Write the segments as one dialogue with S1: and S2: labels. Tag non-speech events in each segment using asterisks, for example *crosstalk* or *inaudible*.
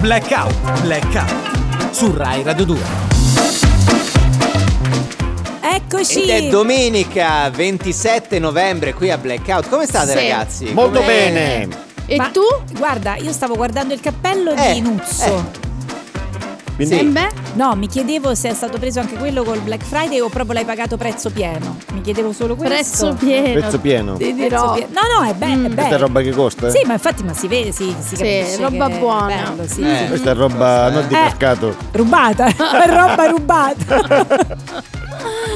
S1: Blackout, Blackout su Rai Radio 2.
S2: Eccoci.
S3: Ed è domenica 27 novembre qui a Blackout. Come state
S4: Sì.
S3: ragazzi?
S5: Molto
S3: Come-
S5: bene.
S4: E
S2: Ma
S4: tu?
S2: Guarda, io stavo guardando il cappello
S3: Eh,
S2: di Nuzzo.
S5: Quindi
S4: E beh,
S2: No, mi chiedevo se è stato preso anche quello col Black Friday o proprio l'hai pagato prezzo pieno. Mi chiedevo solo questo.
S4: prezzo pieno.
S5: pezzo pieno.
S4: Ti
S2: Prezzo
S4: dirò.
S2: pieno. No, no, è bello.
S4: Mm.
S2: è
S5: Questa è
S2: bello.
S5: roba che costa? eh?
S2: Sì, ma infatti, ma si vede, sì, si
S4: Sì,
S2: capisce
S4: roba
S2: che è
S4: buona.
S2: bello, sì.
S3: Eh.
S5: Questa è roba non di
S2: Eh.
S5: mercato.
S2: Rubata, *laughs* è roba rubata.
S4: *laughs*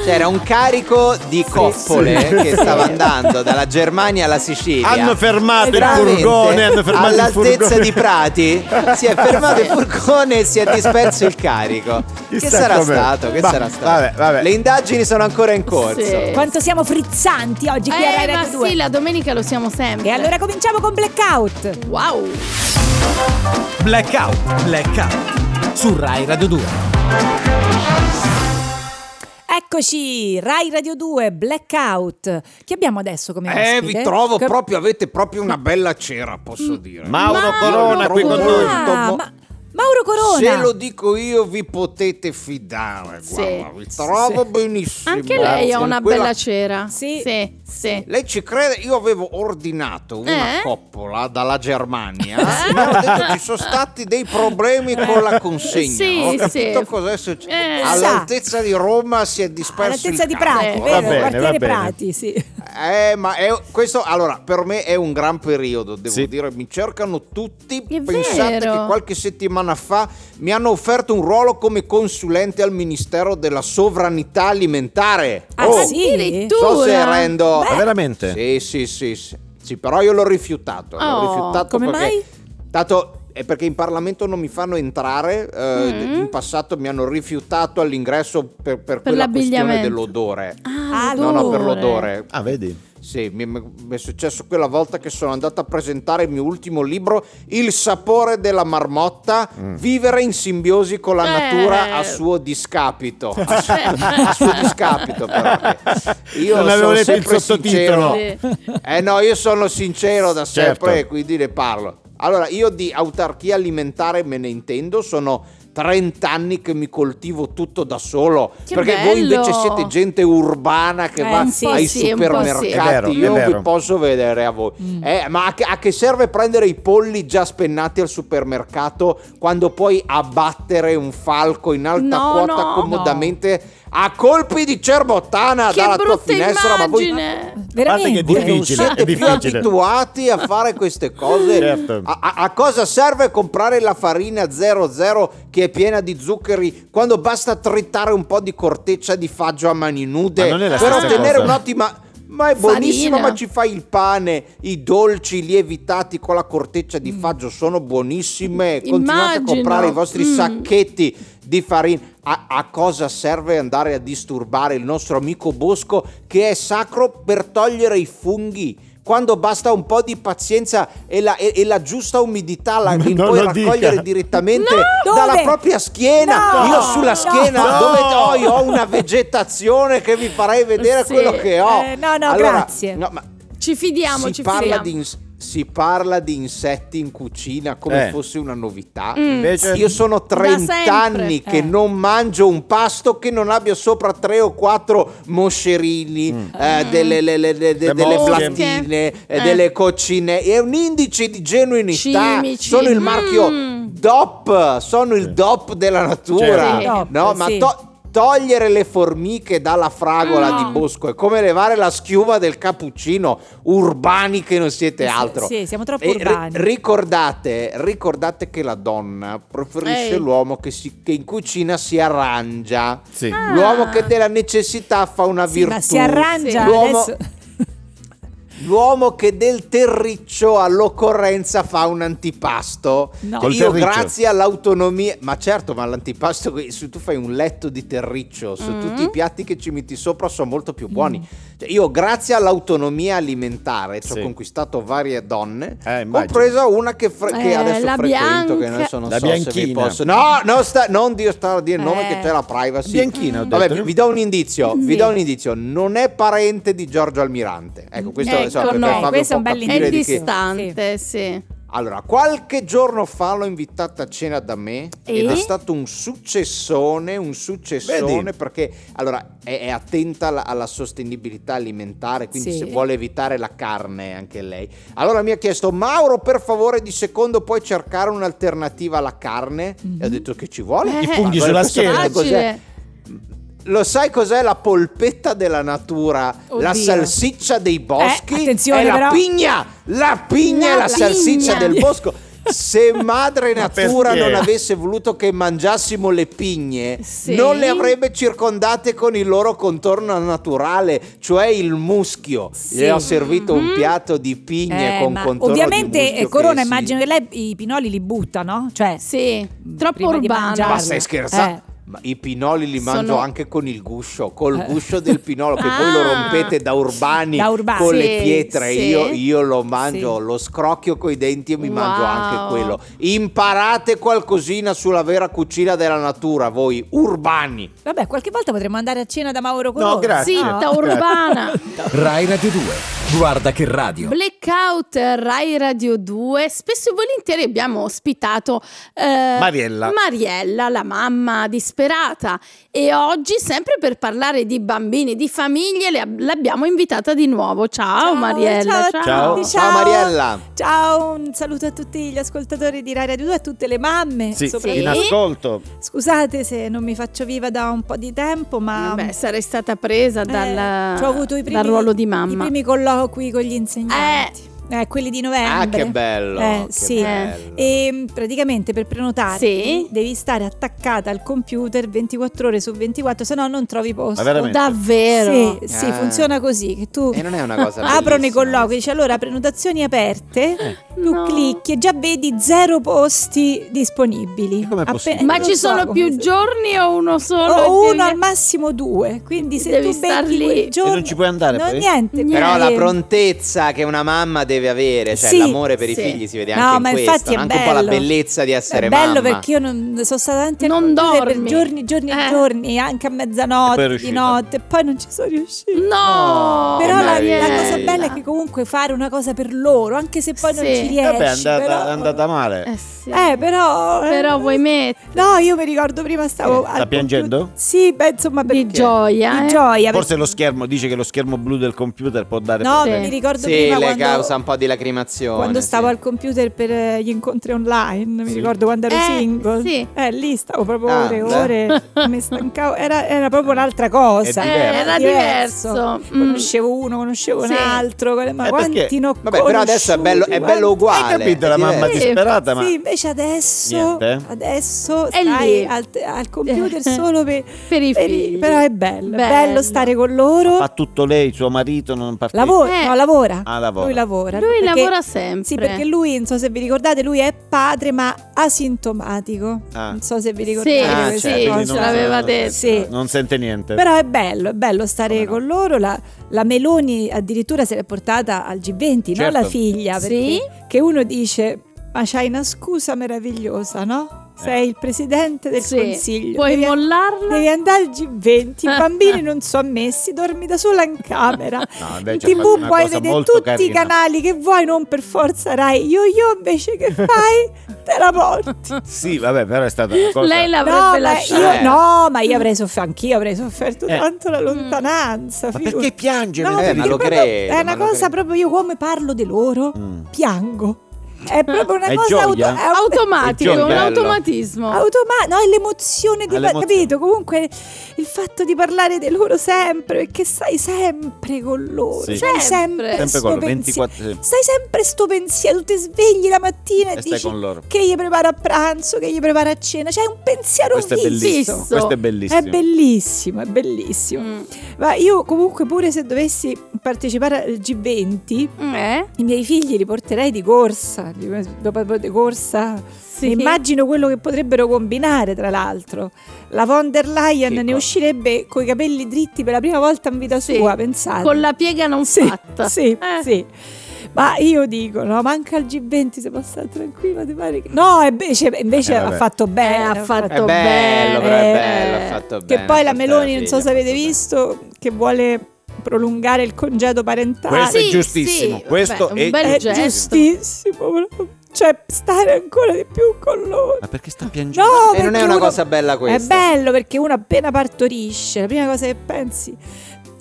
S3: C'era un carico di coppole
S5: *laughs*
S3: che stava andando dalla Germania alla Sicilia.
S5: Hanno fermato il
S3: Veramente,
S5: furgone, hanno fermato il
S3: all'altezza
S5: furgone.
S3: di Prati si
S5: *laughs*
S3: è fermato il furgone e si è disperso il carico. Che
S5: Chissà
S3: sarà
S5: com'è.
S3: stato? Che
S5: Ma-
S3: sarà stato?
S5: vabbè, vabbè.
S3: Le indagini sono ancora in corso.
S4: Sì.
S2: Quanto siamo frizzanti oggi qui a Rai
S4: Eh, ma
S2: Radio 2.
S4: sì, la domenica lo siamo sempre.
S2: E allora cominciamo con Blackout.
S4: Wow.
S1: Blackout, Blackout su Rai Radio 2.
S2: Eccoci, Rai Radio 2, Blackout. Chi abbiamo adesso come ospite?
S6: Eh, vi trovo
S2: Che-
S6: proprio, avete proprio una bella cera,
S4: Mm.
S6: posso dire.
S5: Mauro
S4: Mauro
S5: Corona qui con
S6: Corona.
S5: noi.
S2: Ah, ma- Mauro Corona.
S6: Se lo dico io vi potete fidare,
S4: Sì.
S6: guarda, vi trovo benissimo.
S4: Anche lei ha
S6: Con
S4: una
S6: quella-
S4: bella cera.
S2: Sì.
S4: Sì, sì.
S6: Lei ci crede? Io avevo ordinato una
S4: Eh? Ah.
S6: coppola dalla Germania, ma ho detto ci sono stati dei problemi con la consegna.
S4: Sì,
S6: ho capito
S4: sì.
S6: cos'è successo.
S4: Eh.
S6: All'altezza di Roma si è disperso
S2: All'altezza
S6: il
S2: di
S6: carico.
S2: Prati,
S4: Eh,
S2: vero?
S5: va bene,
S2: Quartiere
S5: va bene.
S2: Prati, sì.
S6: Eh, ma è- questo allora per me è un gran periodo, devo
S5: Sì.
S6: dire. Mi cercano tutti.
S4: È
S6: Pensate
S4: vero.
S6: che qualche settimana fa mi hanno offerto un ruolo come consulente al Ministero della Sovranità Alimentare.
S2: Ah,
S6: Oh,
S2: sì?
S4: Addirittura.
S6: so se rendo.
S3: Eh.
S5: Ma Ah, veramente?
S6: Sì, sì, sì, sì. Sì, però io l'ho rifiutato. l'ho
S4: Oh,
S6: rifiutato
S2: come
S6: perché-
S2: mai?
S6: Tanto è perché in Parlamento non mi fanno entrare. eh,
S4: Mm.
S6: In passato mi hanno rifiutato all'ingresso per, per quella questione
S4: l'abbigliamento.
S6: dell'odore.
S2: Ah,
S6: No, no, per l'odore.
S5: Ah, vedi?
S6: Sì, mi, mi è successo quella volta che sono andata a presentare il mio ultimo libro, Il sapore della marmotta,
S5: Mm.
S6: vivere in simbiosi con la
S4: Eh.
S6: natura a suo discapito. A suo, a suo discapito, però. Io
S5: Non avevo
S6: sono
S5: letto il
S6: sempre
S5: sottotitolo.
S6: sincero. Eh no, io sono sincero da
S5: Certo.
S6: sempre, quindi ne parlo. Allora, io di autarchia alimentare me ne intendo, sono 30 anni che mi coltivo tutto da solo,
S4: Che
S6: perché voi
S4: bello.
S6: invece siete gente urbana che
S2: Eh,
S6: va
S2: un po'
S6: ai
S4: sì, un po'
S6: supermercati,
S4: sì. Mm.
S5: È vero, è
S6: io
S5: vero.
S6: vi posso vedere a voi. Eh, ma a che, a che serve prendere i polli già spennati al supermercato quando puoi abbattere un falco in alta
S4: No,
S6: quota
S4: no.
S6: comodamente a colpi di cerbottana
S4: Che
S6: Ah, dalla tua
S4: brutta
S6: finestra? Ma voi
S4: immagine.
S5: Guarda che
S2: Veramente?
S5: è difficile,
S6: siete
S5: è
S6: più
S5: difficile.
S6: abituati a fare queste cose.
S5: Certo.
S6: A, a- a cosa serve comprare la farina 00 che è piena di zuccheri quando basta tritare un po' di corteccia di faggio a mani nude
S5: Ma non è la
S6: per
S5: stessa
S6: ottenere
S5: cosa.
S6: un'ottima ma è buonissimo,
S4: Farina.
S6: ma ci fai il pane, i dolci lievitati con la corteccia di faggio sono buonissime. Continuate a
S4: Mm. Immagino.
S6: comprare i vostri
S4: Mm.
S6: sacchetti di farina. A, a cosa serve andare a disturbare il nostro amico Bosco che è sacro per togliere i funghi? Quando basta un po' di pazienza e la, e- e la giusta umidità la
S5: Ma
S6: li
S5: non
S6: puoi
S5: lo
S6: raccogliere
S5: dica.
S6: direttamente
S2: No!
S6: dalla
S2: Dove?
S6: propria schiena.
S2: No!
S6: Io sulla
S5: No!
S6: schiena dove ho, io ho una vegetazione che vi farei vedere
S4: Sì.
S6: quello che ho.
S2: Eh, no, no, grazie.
S6: no, ma
S4: Ci fidiamo,
S6: si
S4: ci
S6: parla
S4: fidiamo.
S6: di ins- si parla di insetti in cucina come
S5: Eh.
S6: fosse una novità.
S2: Mm.
S5: Invece-
S6: Io sono 30
S4: sempre.
S6: anni che
S2: Eh.
S6: non mangio un pasto che non abbia sopra 3 o 4 moscerini,
S2: Ah.
S6: eh, delle, le- le- le- de-
S5: Le
S6: delle
S5: mosche.
S6: platine, eh,
S4: Eh.
S6: delle coccine. È un indice di genuinità.
S4: Cimici.
S6: Sono il marchio
S4: Mm.
S6: DOP, sono il DOP della natura.
S4: Certo.
S2: Sì.
S6: No,
S2: DOP,
S6: ma
S2: sì. Ah,
S6: to- Togliere le formiche dalla fragola
S4: No.
S6: di Bosco è come levare la schiuma del cappuccino, urbani che non siete
S2: Sì,
S6: altro.
S2: sì, siamo troppo
S6: E ri-
S2: urbani.
S6: ricordate, ricordate che la donna preferisce
S4: Ehi.
S6: l'uomo che, si- che in cucina si arrangia.
S5: Sì.
S4: Ah.
S6: L'uomo che della necessità fa una
S2: Sì,
S6: virtù.
S2: ma si arrangia
S6: L'uomo,
S2: adesso.
S6: l'uomo che del terriccio all'occorrenza fa un antipasto.
S2: No.
S5: Col
S6: Io
S5: terriccio.
S6: grazie all'autonomia, ma certo, ma l'antipasto que- se tu fai un letto di terriccio, su
S4: Mm.
S6: tutti i piatti che ci metti sopra sono molto più buoni. Cioè, io grazie all'autonomia alimentare ci
S5: Sì.
S6: ho conquistato varie donne,
S5: Eh, immagino.
S6: compresa una che, fre- che
S4: Eh,
S6: adesso
S4: la
S6: frequento che
S4: Bianca.
S6: adesso non
S5: La
S6: so se vi
S5: Bianchina.
S6: posso. No, non, sta- non Dio sta a dire il nome
S2: Eh.
S6: che c'è la privacy.
S5: Bianchina, ho detto,
S6: Vabbè,
S5: no?
S6: vi do un indizio,
S4: Sì.
S6: vi do un indizio, non è parente di Giorgio Almirante. Ecco, questo
S4: Ecco,
S6: insomma, per
S4: no,
S6: farvi
S2: questo è un
S6: po'
S2: bel
S6: capire
S4: È
S2: Direi
S6: di chi-
S2: indizio.
S4: distante, sì.
S6: Allora, qualche giorno fa l'ho invitata a cena da me ed
S4: E?
S6: è stato un successone, un successone
S5: Vedi?
S6: perché allora è, è attenta alla, alla sostenibilità alimentare, quindi
S2: Sì.
S6: se vuole evitare la carne anche lei. Allora mi ha chiesto Mauro per favore di secondo puoi cercare un'alternativa alla carne? E ho
S2: Mm-hmm.
S6: detto che ci vuole.
S4: Eh. I
S5: funghi
S6: Vado
S5: sulla
S6: al
S5: schiena.
S6: personale, cos'è?
S4: Facile.
S6: Lo sai cos'è la polpetta della natura? La
S2: Oddio.
S6: salsiccia dei boschi?
S2: Eh, attenzione,
S6: è la
S2: però.
S6: pigna! La pigna è
S4: No,
S6: la,
S4: la
S6: salsiccia
S4: pigna.
S6: del bosco. Se madre
S5: Ma
S6: natura
S5: perché?
S6: non avesse voluto che mangiassimo le pigne,
S4: Sì.
S6: non le avrebbe circondate con il loro contorno naturale, cioè il muschio.
S2: Sì. Mm-hmm.
S6: Le ho servito un piatto di pigne
S2: Eh,
S6: con
S2: ma
S6: contorno di
S2: ovviamente
S6: muschio
S2: eh, Corona
S6: che si-
S2: immagino che lei i pinoli li butta, no? Cioè,
S4: Sì, troppo
S2: prima di
S4: urbano.
S2: mangiarli.
S6: Ma stai scherzando?
S2: Eh.
S6: Ma i pinoli li
S4: Sono-
S6: mangio anche con il guscio, col guscio del pinolo che voi lo
S4: Ah.
S6: rompete da urbani,
S2: Da urbani.
S6: con le
S4: Sì,
S6: pietre.
S4: sì.
S6: Io, io lo mangio,
S2: Sì.
S6: lo scrocchio coi denti e mi mangio
S4: Wow.
S6: anche quello. Imparate qualcosina sulla vera cucina della natura, voi urbani.
S2: Vabbè, qualche volta potremmo andare a cena da Mauro Corona.
S5: No,
S6: eh,
S5: grazie.
S4: Zitta,
S5: No.
S6: Cioè,
S4: urbana.
S1: Rai Radio 2. Guarda che radio.
S4: Blackout Rai Radio 2, spesso e volentieri abbiamo ospitato eh,
S5: Mariella.
S4: Mariella, la mamma disperata e oggi sempre per parlare di bambini, di famiglie, le- l'abbiamo invitata di nuovo. Ciao, Mariella.
S2: ciao, a
S5: Ciao.
S2: tutti,
S6: Ciao, Mariella.
S2: Ciao, un saluto a tutti gli ascoltatori di Rai Radio 2, a tutte le mamme.
S5: Sì, in
S2: soprattutto.
S5: ascolto.
S2: Scusate se non mi faccio viva da un po' di tempo, ma
S4: Vabbè, sarei stata presa dal,
S2: Eh, ci cioè, ho avuto i primi,
S4: dal ruolo di
S2: I
S4: mamma.
S2: primi colloqui con gli insegnanti. Eh, quelli di novembre.
S6: Ah, che bello!
S2: Eh,
S6: che
S2: sì.
S6: bello.
S2: E mh, praticamente per prenotare
S4: Sì.
S2: devi stare attaccata al computer 24 ore su 24, se no non trovi posto.
S5: Ma veramente?
S4: Davvero?
S2: Sì, sì,
S6: Ah.
S2: funziona così che tu
S6: E non è una cosa
S2: aprono i
S6: bellissima. Eh.
S2: colloqui, dice allora prenotazioni aperte, tu
S4: No.
S2: clicchi e già vedi zero posti disponibili.
S5: E com'è
S2: Appe-
S5: possibile?
S4: Ma
S2: non
S4: ci
S2: so
S4: sono
S2: come
S4: più
S2: si-
S4: giorni o uno solo?
S2: o
S4: Devi-
S2: uno al massimo due, quindi se
S4: Devi
S2: tu
S4: star
S2: becchi
S4: lì.
S2: quel
S4: E non
S2: giorno
S5: ci puoi andare
S2: no,
S5: poi?
S2: niente,
S6: Però
S2: quindi-
S6: la prontezza che una mamma deve avere, cioè
S2: Sì,
S6: l'amore per
S4: sì.
S6: i figli si vede
S2: No,
S6: anche in
S2: ma
S6: questo,
S2: infatti è
S6: anche un po' la
S2: bello.
S6: bellezza di essere
S2: È bello
S6: mamma.
S2: perché io non, sono stata davanti al
S4: Non
S2: computer per
S4: dormi.
S2: giorni, giorni e
S4: Eh.
S2: giorni, anche a
S5: E poi è
S2: mezzanotte, di
S5: riuscita.
S2: notte, e poi non ci sono riuscita.
S4: No,
S2: Però la, la
S6: Mariella.
S2: cosa bella è che comunque fare una cosa per loro, anche se poi non
S4: Sì.
S2: ci riesci.
S5: Vabbè, è andata,
S2: però-
S5: è andata male.
S4: Eh sì.
S2: Eh, però...
S4: Però vuoi mettere
S2: No, io mi ricordo prima stavo...
S5: Sta
S2: al computer-
S5: piangendo?
S2: Sì, beh, insomma...
S4: di
S2: perché-
S4: gioia?
S2: Di
S4: eh?
S2: gioia.
S5: Forse
S2: perché-
S5: lo schermo dice che lo schermo blu del computer può dare
S2: No,
S4: Sì.
S2: mi ricordo
S6: Sì,
S2: prima
S6: le
S2: quando...
S6: causa un po' di lacrimazione.
S2: Quando stavo
S6: sì.
S2: al computer per eh, gli incontri online, mi ricordo quando ero
S4: Eh,
S2: single,
S4: sì.
S2: eh, lì stavo proprio
S6: Ah,
S2: ore e
S6: beh.
S2: ore,
S6: *laughs*
S2: mi stancavo, era, era proprio un'altra cosa.
S5: È diverso.
S4: Eh, Era diverso. Mm.
S2: Conoscevo uno, conoscevo
S4: Sì.
S2: un altro, ma
S5: Eh,
S2: quanti
S5: perché-
S2: ne ho
S6: Vabbè, però adesso è bello, è
S2: conosciuti,
S6: bello
S2: quanti-
S6: uguale.
S5: Hai capito la
S6: è
S5: mamma
S6: diverso.
S4: Sì.
S5: disperata? Ma
S2: Sì, boh. invece adesso,
S5: Niente.
S2: adesso
S4: È lì.
S2: stai al, al
S4: *laughs*
S2: computer solo per,
S4: Per i figli.
S2: Però è bello, è
S4: Bello.
S2: bello stare con loro.
S5: fa tutto lei, suo marito non partecipa.
S2: Lavora,
S4: Eh.
S2: no, lavora.
S5: Ah, lavora.
S2: Lui lavora.
S4: Lui
S2: perché-
S4: lavora sempre.
S2: Sì, perché lui, non so se vi ricordate, lui è padre ma asintomatico.
S5: Ah.
S2: Non so se vi
S4: Sì,
S2: ricordate
S5: Ah,
S4: sì,
S2: questa
S5: certo, quindi
S4: ce
S2: cosa.
S5: non-
S4: l'aveva detto.
S2: Sì.
S5: Non sente niente.
S2: Però è bello, è bello stare con loro. La, la Meloni addirittura se l'è portata al G20,
S5: Certo.
S2: no? La figlia.
S4: Sì.
S2: perché- Che uno dice, ma c'hai una scusa meravigliosa, no?
S5: Eh.
S2: Sei il presidente del
S4: Sì.
S2: Consiglio.
S4: Puoi
S2: devi-
S4: mollarla?
S2: Devi andare al G20, i bambini non sono ammessi, dormi da sola in camera.
S5: *laughs* No,
S2: In
S5: invece ha fatto
S2: TV
S5: una
S2: puoi
S5: cosa
S2: vedere
S5: molto
S2: tutti i
S5: carina.
S2: canali che vuoi, non per forza Rai. Io io invece che fai? Te la porti.
S5: Sì, vabbè, però è stata una cosa.
S4: Lei
S2: No
S4: l'avrebbe
S2: ma,
S4: lasciata.
S2: io, no, ma io avrei sofferto, anch'io avrei sofferto
S5: Eh.
S2: tanto la lontananza.
S5: Ma
S2: figurati.
S5: perché piange?
S2: No,
S5: mentre
S6: Eh,
S2: perché
S6: ma lo
S5: dice-
S2: proprio-
S6: credo,
S2: È
S6: ma
S2: una
S6: lo
S2: cosa
S6: credo.
S2: proprio io come parlo di loro,
S5: Mm.
S2: piango. È proprio una
S5: È
S2: cosa
S5: gioia?
S2: auto- è auto-
S4: Automatico,
S5: È
S4: un
S5: bello.
S4: automatismo.
S2: automa- no, è l'emozione di
S5: Ah, l'emozione.
S2: capito? Comunque il fatto di parlare di loro sempre, perché stai sempre con loro,
S5: Sì.
S2: stai
S4: Sempre.
S2: sempre,
S5: Sempre
S2: sto
S5: quello,
S2: pensiero.
S5: 24 sì.
S2: Stai sempre sto pensiero, ti svegli la mattina e,
S5: E stai
S2: dici
S5: con loro.
S2: che gli prepara a pranzo, che gli prepara a cena, c'è un pensiero
S5: Questo è
S2: fisso.
S5: bellissimo.
S4: Fisso.
S5: Questo è bellissimo.
S2: È bellissimo, è bellissimo.
S4: Mm.
S2: Ma io comunque pure se dovessi partecipare al G20,
S4: Eh?
S2: i miei figli li porterei di corsa, di, dopo- di corsa.
S4: Sì.
S2: Mi Immagino quello che potrebbero combinare, tra l'altro. La von der Leyen
S6: Che
S2: ne
S6: co-
S2: uscirebbe coi capelli dritti per la prima volta in vita
S4: Sì.
S2: sua, pensate.
S4: Eh? Con la piega non
S2: sì,
S4: fatta.
S2: sì,
S4: Eh.
S2: sì. Ma io dico, no, manca il G20 se può stare tranquilla, ti pare che... No, invece, invece
S5: Eh,
S2: ha
S5: vabbè.
S2: fatto bene.
S4: Eh, ha fatto
S6: È bello, però è
S2: Eh,
S6: bello, ha fatto
S2: Che
S6: bene,
S2: poi
S6: ha
S2: la
S6: fatto
S2: Meloni,
S6: la
S2: non so se
S6: figlia, ha
S2: avete
S6: fatto
S2: visto, che vuole prolungare il congedo parentale.
S5: Questo
S4: Ah, Sì,
S5: è giustissimo.
S4: sì,
S5: Questo
S4: vabbè, un
S5: è
S4: bel
S2: è
S4: gesto.
S2: giustissimo. proprio. Cioè, stare ancora di più con loro.
S5: Ma perché sta piangendo?
S2: No,
S3: E non è
S2: perché
S3: una
S2: uno-
S3: cosa bella
S2: È
S3: questa.
S2: bello perché uno appena partorisce, la prima cosa che pensi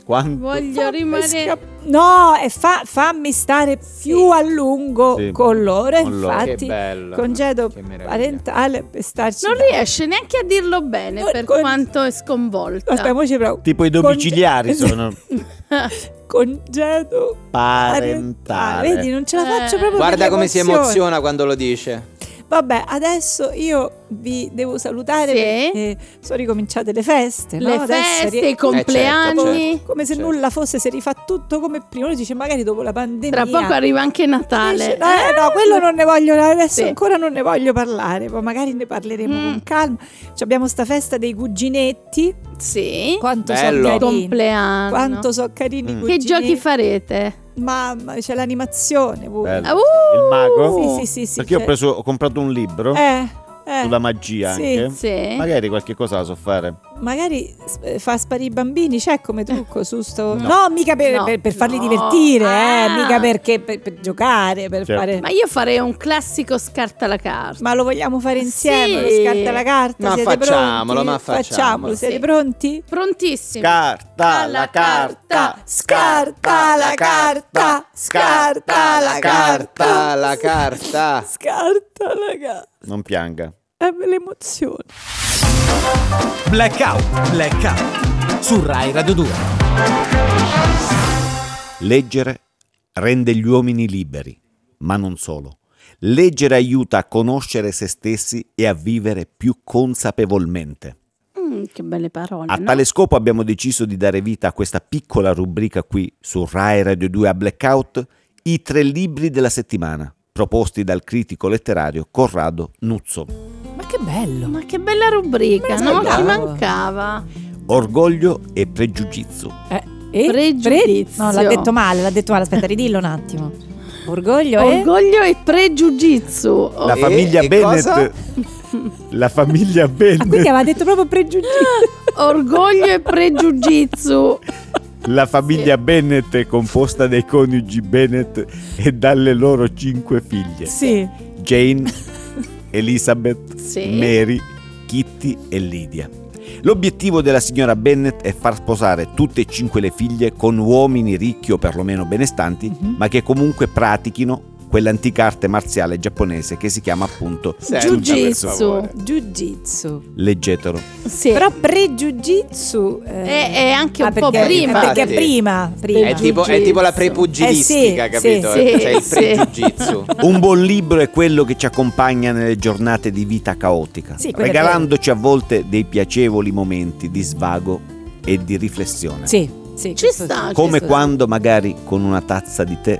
S5: Quando?
S4: Voglio
S2: fammi
S4: rimanere.
S2: scapp- No, e fa- fammi stare più a lungo
S5: Sì,
S2: con loro.
S5: con loro.
S2: Infatti,
S3: Che bello.
S2: congedo
S3: Che meraviglia.
S2: parentale per starci.
S4: Non
S2: là.
S4: riesce neanche a dirlo bene
S2: Con-
S4: per
S2: con-
S4: quanto è sconvolta.
S2: Aspetta, mo ci provo.
S5: Tipo i domiciliari
S2: Conge-
S5: sono
S2: *laughs* Congedo parentale.
S5: parentale.
S2: Vedi, non ce la faccio
S4: Eh.
S2: proprio
S3: Guarda
S2: per
S3: come si
S2: l'emozione.
S3: emoziona quando lo dice.
S2: Vabbè, adesso io vi devo salutare
S4: Sì.
S2: perché sono ricominciate le feste. no?
S4: Le
S2: Adesso
S4: feste,
S2: ri- Eh,
S4: i compleanni.
S3: certo.
S2: Come se
S3: Certo.
S2: nulla fosse, si rifà tutto come prima. Uno dice magari dopo la pandemia.
S4: Tra poco arriva anche
S2: Dice,
S4: Natale.
S2: eh, no, quello non ne voglio adesso
S4: Sì.
S2: ancora non ne voglio parlare, poi magari ne parleremo
S4: Mm.
S2: con calma. Ci abbiamo sta festa dei cuginetti.
S4: Sì.
S2: Quanto
S3: Bello.
S2: sono carini.
S4: Compleanno.
S2: Quanto sono carini i
S5: Mm.
S2: cuginetti.
S4: che giochi farete?
S2: Mamma, c'è l'animazione pure.
S5: Bello.
S4: Ah, uh!
S5: il mago?
S2: Sì, sì, sì, sì,
S5: Perché io ho,
S2: c'è-
S5: preso, ho comprato un libro
S2: Eh, eh.
S5: sulla magia
S2: Sì.
S5: anche.
S4: Sì.
S5: Magari qualche cosa la so fare.
S2: Magari eh, fa sparire i bambini, c'è come trucco su sto...
S4: No.
S2: Eh. No, mica per,
S4: No.
S2: per- per farli
S4: No.
S2: divertire, eh,
S4: Ah.
S2: mica perché per, per giocare, per
S5: Certo.
S2: fare...
S4: Ma
S2: Ma,
S4: io farei un classico scarta la carta.
S2: lo vogliamo fare insieme, lo
S4: Sì.
S2: scarta la carta,
S3: Ma
S2: siete
S3: facciamolo,
S2: pronti?
S3: ma facciamolo.
S2: siete
S4: Sì.
S2: pronti?
S4: Prontissimo.
S5: Carta
S4: Alla carta,
S2: scarta la carta, scarta la
S3: Carta, la carta.
S2: Scarta, eh, raga,
S5: Non pianga.
S2: è l'emozione.
S1: Blackout, blackout. Su Rai Radio 2.
S5: Leggere rende gli uomini liberi, ma non solo. Leggere aiuta a conoscere se stessi e a vivere più consapevolmente.
S4: Mm, che belle parole.
S5: A
S4: no?
S5: tale scopo abbiamo deciso di dare vita a questa piccola rubrica qui su Rai Radio 2 a Blackout, i tre libri della settimana, proposti dal critico letterario Corrado Nuzzo.
S2: Ma che bello.
S4: Ma che bella rubrica,
S2: Me la
S4: non ci
S2: ricordavo.
S4: mancava.
S5: Orgoglio e pregiudizio.
S2: E
S4: Pregiudizio.
S2: eh, No, l'ha detto male, l'ha detto male, aspetta, ridillo un *laughs* attimo. Orgoglio eh. e...
S4: Orgoglio e pregiudizio. Oh,
S5: La
S3: E-
S5: famiglia
S3: e cosa?
S5: Bennett. *laughs* La famiglia
S2: Ah, quindi
S5: Bennett.
S2: aveva detto proprio pregiudizio.
S4: *laughs* Orgoglio e
S5: *laughs*
S4: pregiudizio.
S5: La famiglia Bennett è composta dai coniugi Bennett e dalle loro cinque figlie:
S2: sì. *laughs*
S5: Jane, Elizabeth,
S4: Sì.
S5: Mary, Kitty e Lydia. L'obiettivo della signora Bennett è far sposare tutte e cinque le figlie con uomini ricchi o perlomeno benestanti,
S2: Mhm.
S5: ma che comunque pratichino quell'antica arte marziale giapponese che si chiama appunto
S3: Senta, per
S4: Jiu-jitsu.
S3: favore.
S2: Jiu-jitsu.
S5: leggetelo.
S4: Sì.
S2: Però pre-jiu-jitsu eh,
S4: È- è anche un
S2: perché-
S4: po' prima.
S2: eh, Perché
S3: Infatti.
S2: prima, prima.
S3: È tipo, è tipo la prepugilistica,
S2: Eh, sì,
S3: capito?
S4: sì,
S3: C'è il
S4: sì.
S3: pregiudizio.
S5: Un buon libro è quello che ci accompagna nelle giornate di vita caotica,
S2: Sì, quello è
S5: regalandoci a volte dei piacevoli momenti di svago e di riflessione.
S2: Sì, sì.
S4: Ci
S2: questo
S4: sta,
S2: sì,
S5: Come
S2: questo sì.
S5: quando magari con una tazza di tè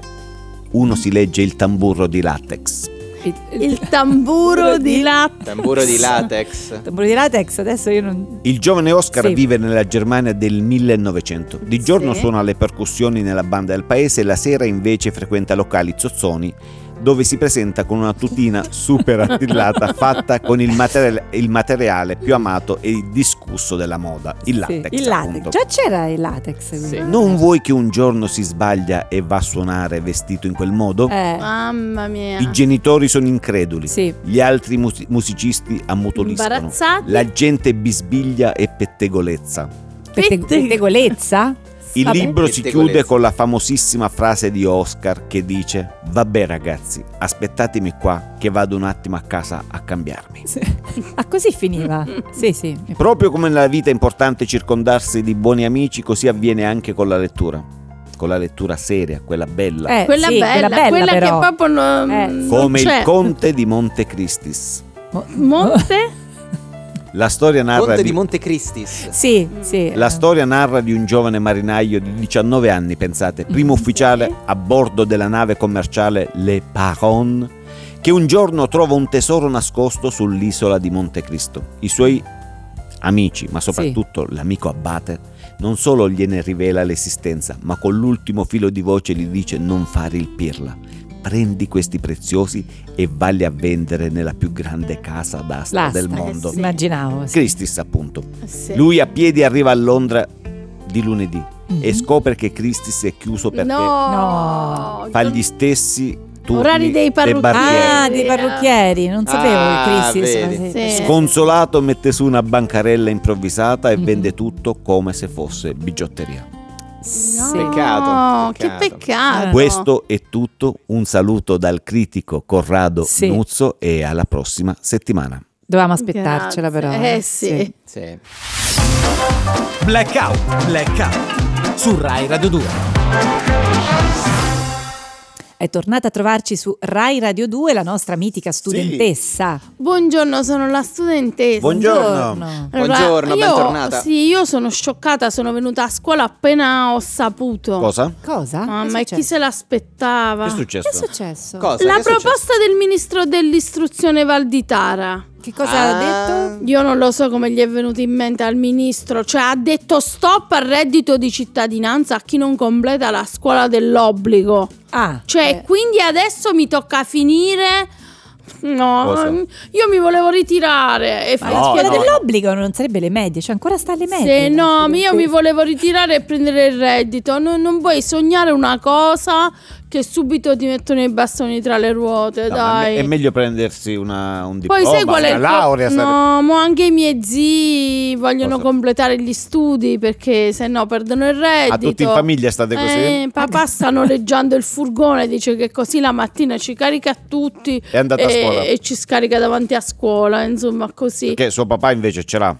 S5: uno si legge il tamburro di latex.
S2: Il,
S4: Il tamburo di latte.
S3: Tamburo di latex.
S2: tamburo di latex adesso io non...
S5: Il giovane Oscar
S2: Sì.
S5: vive nella Germania del 1900. Di giorno
S4: Sì.
S5: suona le percussioni nella banda del paese e la sera invece frequenta locali zozzoni dove si presenta con
S2: *laughs*
S5: una tutina super attillata fatta con il, materiale- il materiale più amato e discusso della moda, il
S2: sì,
S5: latex.
S2: il latex.
S5: appunto.
S2: Già c'era il latex. quindi.
S3: Sì.
S5: Non vuoi che un giorno si sbaglia e va a suonare vestito in quel modo?
S4: Ah.
S2: Eh,
S4: Mamma mia.
S5: I genitori sono increduli,
S2: sì.
S5: gli altri musi- musicisti ammutoliscono,
S4: Imbarazzati.
S5: la gente bisbiglia e pettegolezza.
S2: Pette-
S4: *laughs*
S2: Pettegolezza?
S5: Il
S2: Vabbè.
S5: libro si
S3: Pettegolezza.
S5: chiude con la famosissima frase di Oscar che dice: Vabbè ragazzi, aspettatemi qua che vado un attimo a casa a cambiarmi.
S2: Sì. Ah, così finiva. Sì, sì.
S5: Proprio come nella vita è importante circondarsi di buoni amici, così avviene anche con la lettura. Con la lettura seria, quella bella.
S2: Eh,
S4: Quella
S2: sì,
S4: bella, quella,
S2: però.
S4: che proprio non,
S2: Eh.
S4: non
S5: come
S4: c'è.
S5: il conte di Montecristis.
S2: Mo-
S4: Monte?
S5: La storia narra
S3: Conte di
S5: di-
S3: Montecristis.
S2: Sì, sì.
S5: La storia narra di un giovane marinaio di 19 anni, pensate, primo ufficiale a bordo della nave commerciale Le Paron, che un giorno trova un tesoro nascosto sull'isola di Montecristo. I suoi amici, ma soprattutto l'amico Abate, non solo gliene rivela l'esistenza, ma con l'ultimo filo di voce gli dice non fare il pirla. Prendi questi preziosi e valli a vendere nella più grande casa d'asta
S2: L'asta,
S5: del mondo.
S2: sì. Immaginavo. sì.
S5: Christie's, appunto.
S4: Ah, Sì.
S5: Lui a piedi arriva a Londra di lunedì
S2: Mhm.
S4: Mm-hmm.
S5: e scopre che Christie si è chiuso perché
S4: No.
S2: No.
S5: fa gli stessi notturni
S4: Orari dei parrucchieri.
S5: barbieri.
S2: Ah, dei parrucchieri, non sapevo
S3: Ah,
S2: che Cristi. insomma,
S3: vedi.
S2: sì.
S4: Sì.
S5: Sconsolato Ah. mette su una bancarella improvvisata e
S4: Mm-hmm.
S5: vende tutto come se fosse bigiotteria.
S4: Ah,
S2: Sì.
S3: Peccato,
S4: No, che
S3: peccato.
S4: peccato.
S5: Questo è tutto, un saluto dal critico Corrado
S2: Sì.
S5: Nuzzo e alla prossima settimana.
S2: Dovevamo aspettarcela
S4: Grazie.
S2: però.
S4: Eh sì.
S3: Sì.
S1: Blackout, blackout su Rai Radio 2.
S2: È tornata a trovarci su Rai Radio 2 la nostra mitica studentessa.
S4: Buongiorno, sono la studentessa.
S2: Buongiorno.
S4: Allora,
S3: Buongiorno,
S4: io-
S3: bentornata.
S4: Sì, io sono scioccata, sono venuta a scuola appena ho saputo.
S5: Cosa?
S7: Cosa?
S4: Mamma,
S7: Che è
S4: e Ah, chi
S7: successo?
S4: se l'aspettava?
S5: Che è
S7: Che è
S5: successo?
S7: successo?
S3: Cosa?
S4: La
S3: Che è successo?
S4: proposta del ministro dell'istruzione Valditara.
S7: Che cosa ha
S3: Ah.
S7: detto?
S4: Io non lo so come gli è venuto in mente al ministro, cioè ha detto stop al reddito di cittadinanza a chi non completa la scuola dell'obbligo.
S2: Ah,
S4: Cioè, quindi adesso mi tocca finire No,
S5: Cosa?
S4: io mi volevo ritirare e
S2: ma
S4: fare
S2: la
S5: no,
S2: scuola
S5: Oh, no.
S2: dell'obbligo non sarebbe le medie, cioè ancora sta alle medie.
S4: Se no,
S2: Sì.
S4: io mi volevo ritirare e prendere il reddito. Non, non vuoi sognare una cosa che subito ti mettono i bastoni tra le ruote,
S5: No, ma
S4: dai.
S5: È, me- è meglio prendersi una, un
S4: Poi
S5: diploma,
S4: sai qual è
S5: una
S4: il
S5: laurea.
S4: pro-
S5: sarebbe-
S4: No, mo anche i miei zii vogliono
S5: Cosa?
S4: completare gli studi perché se no perdono il reddito.
S5: A tutti in famiglia state così?
S4: Eh, papà sta noleggiando il furgone, dice che così la mattina ci carica tutti
S5: È andata a
S4: e,
S5: scuola.
S4: e ci scarica davanti a scuola, insomma, così.
S5: Perché suo papà invece ce l'ha.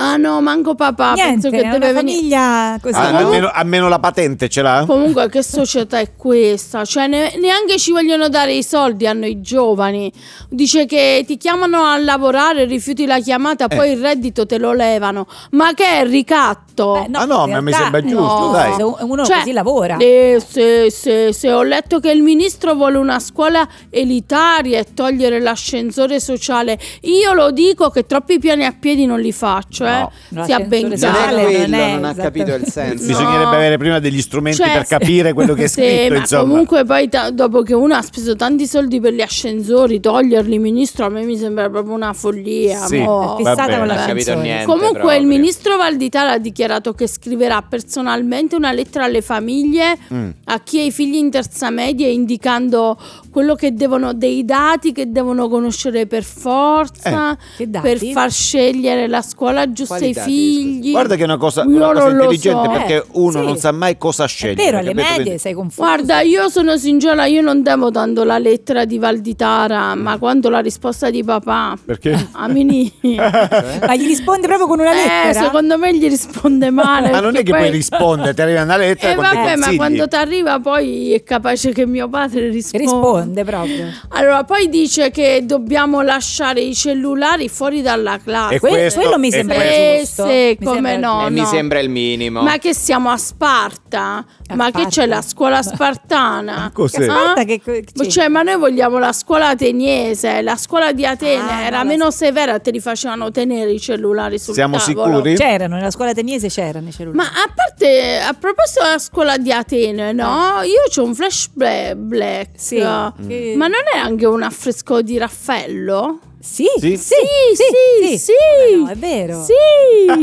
S4: Ah no, manco papà,
S2: Niente,
S4: penso che
S2: è una
S4: deve venire
S2: famiglia così.
S5: Ah,
S4: no.
S5: almeno, almeno la patente ce l'ha?
S4: Comunque, che società è questa? Cioè, ne- neanche ci vogliono dare i soldi a noi giovani. Dice che ti chiamano a lavorare, rifiuti la chiamata,
S5: Eh.
S4: poi il reddito te lo levano. Ma che ricatto!
S2: Beh,
S5: Ah, no,
S2: in
S5: ma mi
S2: realtà-
S5: sembra giusto,
S4: No.
S5: dai.
S2: Se Uno
S4: Cioè,
S2: così lavora.
S4: Eh, se, se- se ho letto che il ministro vuole una scuola elitaria e togliere l'ascensore sociale, io lo dico che troppi piani a piedi non li faccio.
S5: No.
S4: Eh. Sia
S3: Non
S2: L'ascensore
S4: ben
S3: è
S2: Sale, non
S4: chiaro. Cioè,
S3: quello,
S2: è
S3: non ha
S4: esatto.
S2: esattamente.
S3: capito il senso.
S4: Bisogna-
S5: Bisognerebbe avere prima degli strumenti
S4: Cioè,
S5: per
S4: se-
S5: capire quello che
S4: *laughs*
S5: è
S4: Sì,
S5: scritto,
S4: ma
S5: insomma. *laughs*
S4: comunque poi ta- dopo che uno ha speso tanti soldi per gli ascensori, toglierli, ministro, a me mi sembra proprio una follia.
S5: Sì,
S4: mo.
S5: va
S2: Fissata
S5: bene.
S2: con
S3: Non ha
S2: la
S3: capito
S2: canzone.
S3: niente.
S4: Comunque
S3: proprio.
S4: il ministro Valditara ha dichiarato che scriverà personalmente una lettera alle famiglie
S5: Mm.
S4: a chi ha i figli in terza media indicando quello che devono dei dati che devono conoscere per forza
S5: Eh.
S2: Che dati?
S4: per far scegliere la scuola giusta
S3: Quali
S4: ai
S3: dati,
S4: figli.
S5: Guarda che è una cosa,
S4: Io
S5: una cosa
S4: non lo
S5: intelligente
S4: so.
S5: perché
S2: Eh,
S5: uno
S2: sì.
S5: non sa mai cosa
S2: È
S5: scegliere.
S2: vero, alle
S5: capito?
S2: medie
S5: Quindi-
S2: sei confuso.
S4: Eh, Guarda, io sono sincera, io non devo tanto la lettera di Valditara, ma quanto la risposta di papà. *laughs*
S5: Mm. Perché? *laughs*
S4: Amini. Cioè,
S2: Ma gli risponde proprio con una lettera?
S4: Eh, secondo me gli risponde
S5: *laughs*
S4: male.
S5: Ma Ah, non è
S4: perché
S5: che poi risponde, ti arriva una lettera
S4: Eh,
S5: con dei
S4: vabbè, ma
S5: consigli.
S4: quando
S5: *laughs*
S4: ti arriva poi è capace che mio padre risponda.
S2: Risponde proprio.
S4: Allora, poi dice che dobbiamo lasciare i cellulari fuori dalla classe.
S5: E
S2: Que-
S5: questo-
S2: quello mi
S5: e
S2: sembra
S5: questo-
S2: giusto.
S4: Eh, Sì,
S2: Mi
S4: come
S2: sembra-
S4: no.
S3: E Eh, mi sembra il minimo.
S4: Ma che siamo a Sparta?
S2: A
S4: ma
S2: Sparta?
S4: che c'è la scuola
S5: *laughs*
S4: spartana?
S5: Cos'è?
S4: Ah?
S2: Guarda che- che-
S4: Ma
S2: sì.
S4: Cioè, ma noi vogliamo la scuola ateniese, la scuola di Atene
S2: Ah,
S4: era
S2: no, la-
S4: meno severa, te li facevano tenere i cellulari sul
S5: Siamo
S4: tavolo.
S5: sicuri?
S2: C'erano, nella scuola ateniese c'erano i cellulari.
S4: Ma a parte, a proposito della scuola di Atene, no? Io c'ho un flashback.
S2: Ah. Sì. Mm.
S4: Ma
S5: Mm.
S2: Che-
S4: non è anche un affresco di Raffaello?
S2: Sì,
S5: Sì.
S2: sì,
S4: sì, sì.
S2: Come no, è vero.
S5: *laughs*
S4: Sì!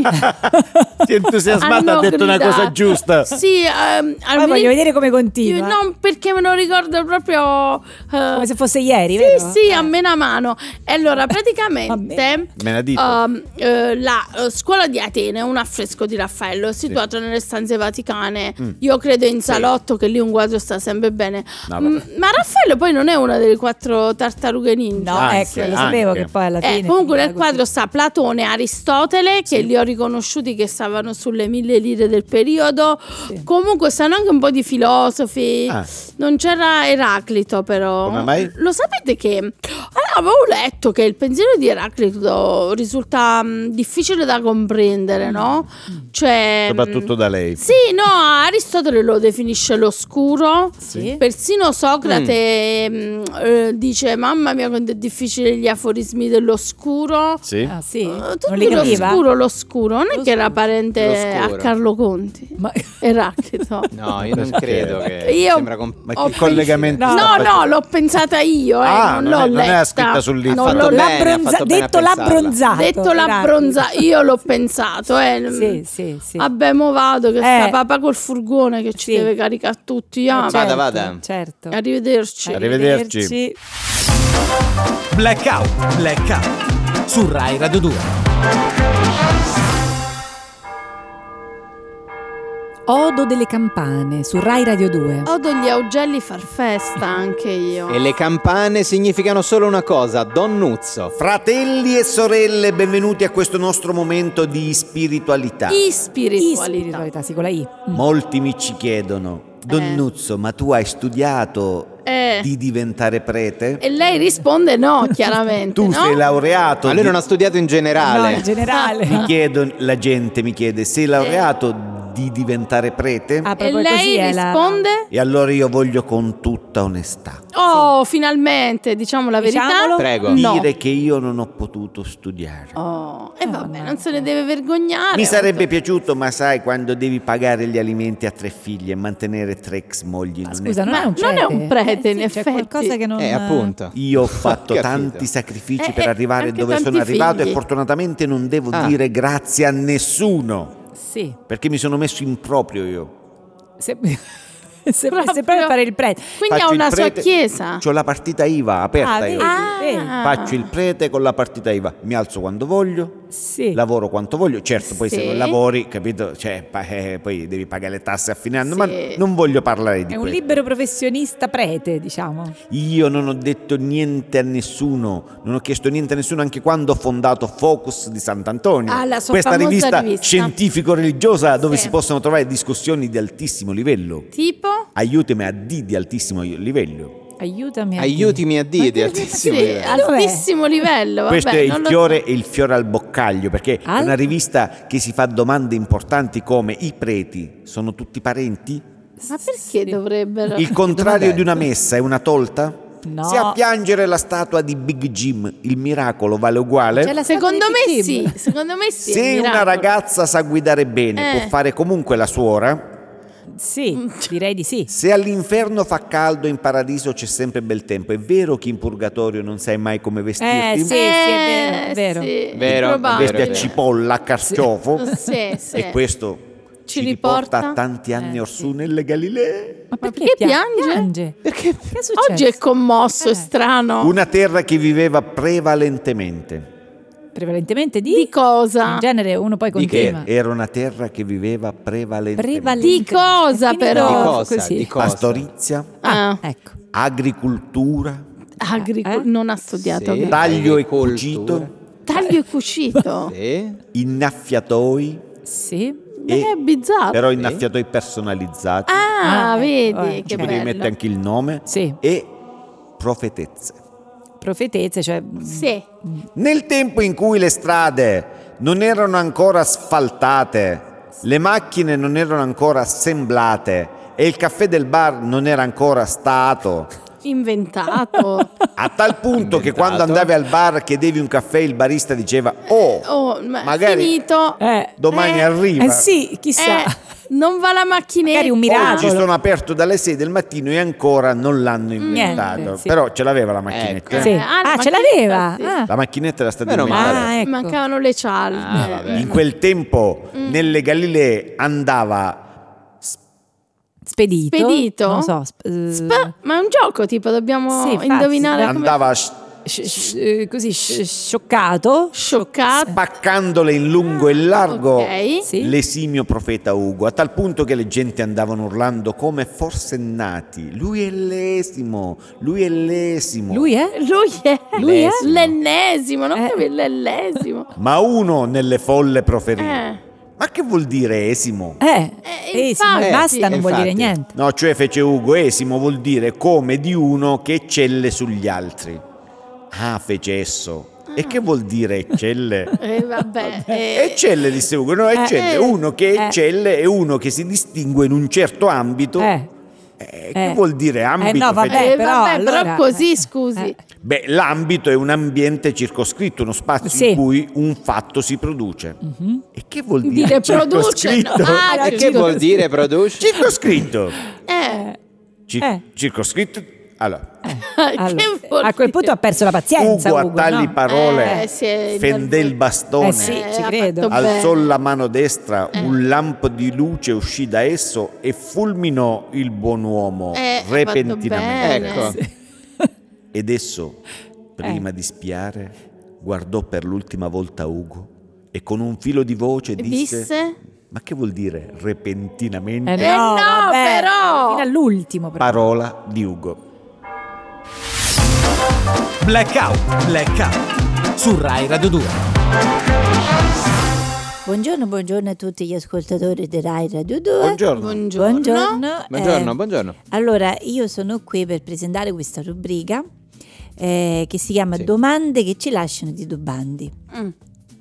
S5: Ti è entusiasmata,
S4: Hanno
S5: ha detto una
S4: gridato.
S5: cosa giusta.
S4: Sì, ehm,
S2: Poi
S4: almeno-
S2: voglio vedere come
S4: Io-
S2: continua.
S4: no, perché me lo ricordo proprio... eh,
S2: Come se fosse ieri,
S4: sì,
S2: vero?
S4: sì,
S2: Eh.
S4: a mena mano.
S2: *laughs*
S4: E allora, praticamente...
S5: Me la dico.
S4: ehm, eh, la eh, scuola di Atene è un affresco di Raffaello situato nelle stanze vaticane.
S5: Mm.
S4: Io credo in salotto, che lì un quadro sta sempre bene.
S5: No,
S4: Mm,
S5: vabbè.
S4: ma Raffaello poi non è una delle quattro tartarughe ninja.
S2: No,
S5: Anche,
S2: ecco, lo sapevo
S5: anche.
S2: che poi alla
S4: Eh,
S2: fine...
S4: comunque nel
S2: finiva
S4: quadro sta Platone, Aristotele, che li ho riconosciuti che stavano sulle mille lire del periodo.
S2: Sì.
S4: Comunque stanno anche un po' di filosofi.
S5: Ah.
S4: Non c'era Eraclito però.
S5: Come mai?
S4: Lo sapete che allora, avevo letto che il pensiero di Eraclito risulta mh, difficile da comprendere, no? Cioè, mh,
S5: Soprattutto da lei.
S4: sì, no, Aristotele lo definisce l'oscuro. mm,
S2: Sì.
S5: Mm.
S4: Persino Socrate mh, eh, dice: Mamma mia, quanto è difficile gli aforismi dell'oscuro.
S5: Sì.
S2: Ah, sì?
S4: Eh,
S2: non
S4: tutti
S2: li capiva?
S4: l'oscuro, l'oscuro, non è che era
S2: L'oscuro.
S4: parente
S3: L'oscuro.
S4: a Carlo Conti,
S2: Ma-
S4: Eraclito.
S3: No, io
S2: *laughs*
S3: non
S5: Perché?
S3: credo che
S4: Io-
S3: sembra com-
S5: Ma
S4: Ho
S5: che collegamento
S2: pensato-
S5: sta
S4: No,
S5: facendo?
S4: no, l'ho pensata io, eh,
S5: Ah,
S4: non,
S5: non
S4: l'ho
S5: è- non
S4: letta.
S5: era scritta sul libro.
S4: Non
S3: Ha
S4: l'ho
S3: fatto
S4: letta.
S3: bene, ha fatto bene a
S2: detto
S3: pensarla.
S2: l'abbronzato.
S4: detto la bronza,
S2: *laughs*
S4: io l'ho pensato, eh.
S2: Sì, sì, sì.
S4: Vabbè, mo vado che
S2: Eh.
S4: sta papà col furgone che ci
S2: Sì.
S4: deve caricare tutti. ah.
S2: Certo,
S3: Vada, vada.
S2: Certo.
S4: Arrivederci.
S5: Arrivederci.
S1: Blackout, blackout su Rai Radio 2.
S2: Odo delle campane su Rai Radio 2.
S4: Odo gli augelli far festa anche io.
S3: E le campane significano solo una cosa, Don Nuzzo.
S5: Fratelli e sorelle, benvenuti a questo nostro momento di spiritualità.
S4: I spiritualità.
S2: Spiritualità, sì, con la I.
S5: Molti mi ci chiedono, Don
S4: Eh.
S5: Nuzzo, ma tu hai studiato
S4: Eh.
S5: di diventare prete?
S4: E lei risponde
S2: *laughs*
S4: no, chiaramente.
S5: tu
S4: no?
S5: sei laureato.
S3: Ma lui
S5: di-
S3: non ha studiato in
S2: No,
S3: generale.
S2: in generale. *laughs*
S5: mi chiedo- la gente mi chiede, sei
S4: Eh.
S5: laureato di diventare prete?
S2: Ah,
S4: E
S2: proprio così
S4: lei
S2: è la-
S4: risponde
S5: E allora io voglio con tutta onestà
S4: oh, finalmente, diciamo la
S2: Diciamolo.
S4: verità.
S3: Prego.
S4: No.
S5: dire che io non ho potuto studiare.
S4: Oh, e
S2: Oh,
S4: vabbè,
S2: no.
S4: non se ne deve vergognare.
S5: Mi sarebbe piaciuto, ma sai, quando devi pagare gli alimenti a tre figli e mantenere tre ex mogli,
S2: Ma
S5: non
S2: scusa,
S5: è...
S2: non è un
S4: non
S2: prete.
S4: è un prete,
S2: Eh
S4: in
S2: sì, C'è
S4: effetti.
S2: qualcosa che non...
S3: Eh, appunto.
S5: Io ho fatto
S3: capito.
S5: tanti sacrifici
S4: Eh,
S5: per
S4: eh,
S5: arrivare
S4: anche
S5: dove sono
S4: tanti
S5: arrivato e
S4: figli.
S5: fortunatamente non devo
S3: Ah.
S5: dire grazie a nessuno,
S2: Sì.
S5: perché mi sono messo in proprio io.
S2: Se... *laughs* se-
S4: Proprio.
S2: se proprio fare il prete.
S4: Quindi
S5: Faccio
S4: ha
S5: il
S4: una sua
S5: prete-
S4: chiesa.
S5: C'ho la partita IVA
S2: Ah,
S5: aperta
S2: vedi,
S5: io.
S2: vedi.
S4: Ah.
S5: Faccio il prete con la partita IVA, mi alzo quando voglio,
S2: Sì.
S5: lavoro quanto voglio, certo poi se
S4: Sì.
S5: non lavori, capito, cioè, pa- eh, poi devi pagare le tasse a fine anno,
S4: Sì.
S5: ma non voglio parlare di
S2: È un
S5: questo.
S2: libero professionista prete, diciamo.
S5: Io non ho detto niente a nessuno, non ho chiesto niente a nessuno anche quando ho fondato Focus di Sant'Antonio,
S4: Ah, la sua
S5: questa
S4: famosa
S5: rivista,
S4: rivista.
S5: scientifico-religiosa dove
S4: Sì.
S5: si possono trovare discussioni di altissimo livello.
S4: Tipo?
S5: Aiutami a D di altissimo livello.
S2: Aiutami. a
S3: Aiutami a dire di altissimo
S4: Sì,
S3: livello.
S4: altissimo livello. Vabbè,
S5: Questo è il
S4: non lo-
S5: fiore e il fiore al boccaglio, perché è
S2: Al-
S5: una rivista che si fa domande importanti come i preti sono tutti parenti?
S4: Ma perché dovrebbero?
S5: Il contrario di una messa è una tolta?
S2: No.
S5: Se a piangere la statua di Big Jim, il miracolo vale uguale?
S2: C'è la
S4: Secondo
S2: statua di
S4: me
S2: Kim.
S4: sì, secondo me sì. è
S5: Se
S4: un
S5: una
S4: miracolo.
S5: ragazza sa guidare bene,
S4: Eh.
S5: può fare comunque la suora.
S2: Sì, direi di sì.
S5: Se all'inferno fa caldo, in paradiso c'è sempre bel tempo. È vero che in purgatorio non sai mai come vestirti?
S2: Eh, sì, è vero, è
S4: Eh,
S2: vero.
S4: sì,
S3: Vero,
S4: probabile.
S5: Vesti a cipolla, a carciofo.
S4: Sì, sì.
S5: E questo
S4: Ci
S5: ci, riporta,
S4: riporta?
S5: a tanti anni orsù nelle Galilee.
S2: Ma perché,
S4: perché
S2: pia-
S4: piange?
S2: Perché che è successo?
S4: Oggi è commosso,
S2: Eh.
S4: è strano.
S5: Una terra che viveva prevalentemente.
S2: prevalentemente di,
S4: Di cosa?
S2: in genere uno poi
S5: Di che
S2: continua.
S5: era una terra che viveva prevalentemente.
S2: Prevalente.
S4: Di cosa,
S2: Finito
S4: però?
S3: Di
S4: Oh,
S3: cosa?
S2: così.
S3: Di cosa?
S5: Pastorizia,
S4: Ah,
S2: Ecco.
S5: agricoltura,
S4: agricol-
S2: Eh?
S4: non ha studiato.
S3: Sì.
S5: taglio
S3: Eh,
S5: e
S3: Agricoltura.
S5: cucito,
S4: Taglio e
S5: *laughs*
S4: cucito.
S3: Sì.
S5: innaffiatoi.
S2: Sì.
S4: Beh, è bizzarro.
S5: però innaffiatoi personalizzati
S4: Ah,
S2: Ah,
S4: vedi,
S2: ecco, eh,
S4: che
S5: ci devi
S4: bello.
S5: mettere anche il nome
S2: Sì.
S5: e profetezze
S2: Profetezze, cioè
S4: Sì.
S5: nel tempo in cui le strade non erano ancora asfaltate le macchine non erano ancora assemblate e il caffè del bar non era ancora stato *laughs*
S4: inventato.
S5: a tal punto che
S3: Inventato.
S5: quando andavi al bar chiedevi un caffè il barista diceva oh,
S4: Oh, ma
S5: Magari-
S4: finito.
S2: eh,
S5: domani
S4: eh,
S5: arriva
S2: eh sì, chissà.
S4: Eh, non va la macchinetta.
S2: Magari un
S5: Oggi
S2: miracolo.
S5: sono aperto dalle 6 del mattino e ancora non l'hanno inventato.
S2: sì.
S5: Però ce l'aveva la macchinetta. eh.
S3: Ecco.
S2: Sì.
S4: Eh, ah, la
S2: Ah, ce
S4: macchinetta,
S2: l'aveva.
S4: sì.
S2: Ah.
S5: La macchinetta era stata
S3: Meno
S5: inventata.
S3: male.
S2: Ah, ecco.
S4: Oh, Mancavano le cialde.
S3: Ah, vabbè.
S5: In quel tempo nelle Galilee andava
S2: Spedito.
S4: Spedito?
S2: Non so. sp- eh,
S4: Sp- ma è un gioco, tipo, dobbiamo
S2: Sì, infatti.
S4: indovinare come
S5: andava spaccandole
S2: sci- sci- eh, così sci- scioccato.
S4: scioccato.
S5: in lungo e in largo
S4: Ok.
S2: Sì.
S5: l'esimio profeta Ugo, a tal punto che le gente andavano urlando come forsennati. Lui è l'esimo, lui è l'esimo.
S2: Lui è?
S4: Lui è,
S2: Lui è?
S4: l'ennesimo, non
S2: Eh. *laughs*
S4: capi- l'ennesimo.
S5: Ma uno nelle folle proferì.
S4: Eh.
S5: Ma che vuol dire esimo?
S2: Eh,
S4: Eh,
S2: eh, sì,
S4: infatti.
S2: basta,
S3: Eh,
S2: non vuol
S3: infatti.
S2: dire niente.
S5: No, cioè fece Ugo, esimo vuol dire come di uno che eccelle sugli altri. Ah, fece esso. E che vuol dire eccelle?
S4: Eh, vabbè. *laughs* eh,
S5: Eccelle, disse Ugo, no, eccelle.
S4: eh,
S5: uno che
S2: eh.
S5: eccelle è uno che si distingue in un certo ambito
S2: Eh,
S5: Eh,
S8: Eh.
S5: Che vuol dire ambito?
S8: Eh, no, vabbè.
S5: fece-
S4: Eh,
S8: però
S4: vabbè, però
S8: allora-
S4: così,
S8: eh,
S4: scusi.
S8: eh.
S5: Beh, l'ambito è un ambiente circoscritto, uno spazio
S8: Sì.
S5: in cui un fatto si produce. E che vuol dire?
S4: Mhm. Dire produce. no?
S2: *laughs*
S5: circoscritto?
S4: Ah,
S6: E che vuol dire produce?
S5: Circoscritto.
S4: Eh, *laughs*
S5: Ci-
S8: Eh.
S5: Circoscritto. Allora,
S8: Allora,
S4: che vuol
S8: a quel punto ha perso la pazienza.
S5: Ugo a
S8: Ugo,
S5: tali
S8: no?
S5: parole
S4: Eh, si è
S5: fendè
S4: nervoso.
S5: il bastone.
S8: Eh sì,
S4: eh,
S8: ci
S4: ha
S8: credo.
S4: fatto bene.
S5: Alzò la mano destra,
S4: Eh.
S5: un lampo di luce uscì da esso e fulminò il buon uomo
S4: Eh, ha fatto
S5: repentinamente.
S4: bene.
S6: Ecco.
S5: Ed esso,
S8: Eh.
S5: prima di spiare, guardò per l'ultima volta Ugo e con un filo di voce disse:
S4: disse?
S5: Ma che vuol dire repentinamente?
S8: Eh no,
S4: Eh no,
S8: vabbè,
S4: però!
S8: Fino all'ultimo, però.
S5: Parola di Ugo.
S1: Blackout, blackout su Rai Radio 2.
S2: Buongiorno, buongiorno a tutti gli ascoltatori di Rai Radio 2.
S3: Eh,
S5: Buongiorno.
S4: Buongiorno.
S6: Buongiorno,
S2: Eh,
S6: buongiorno.
S2: Allora, io sono qui per presentare questa rubrica eh, che si chiama Domande che ci lasciano di Dubandi.
S4: Mm,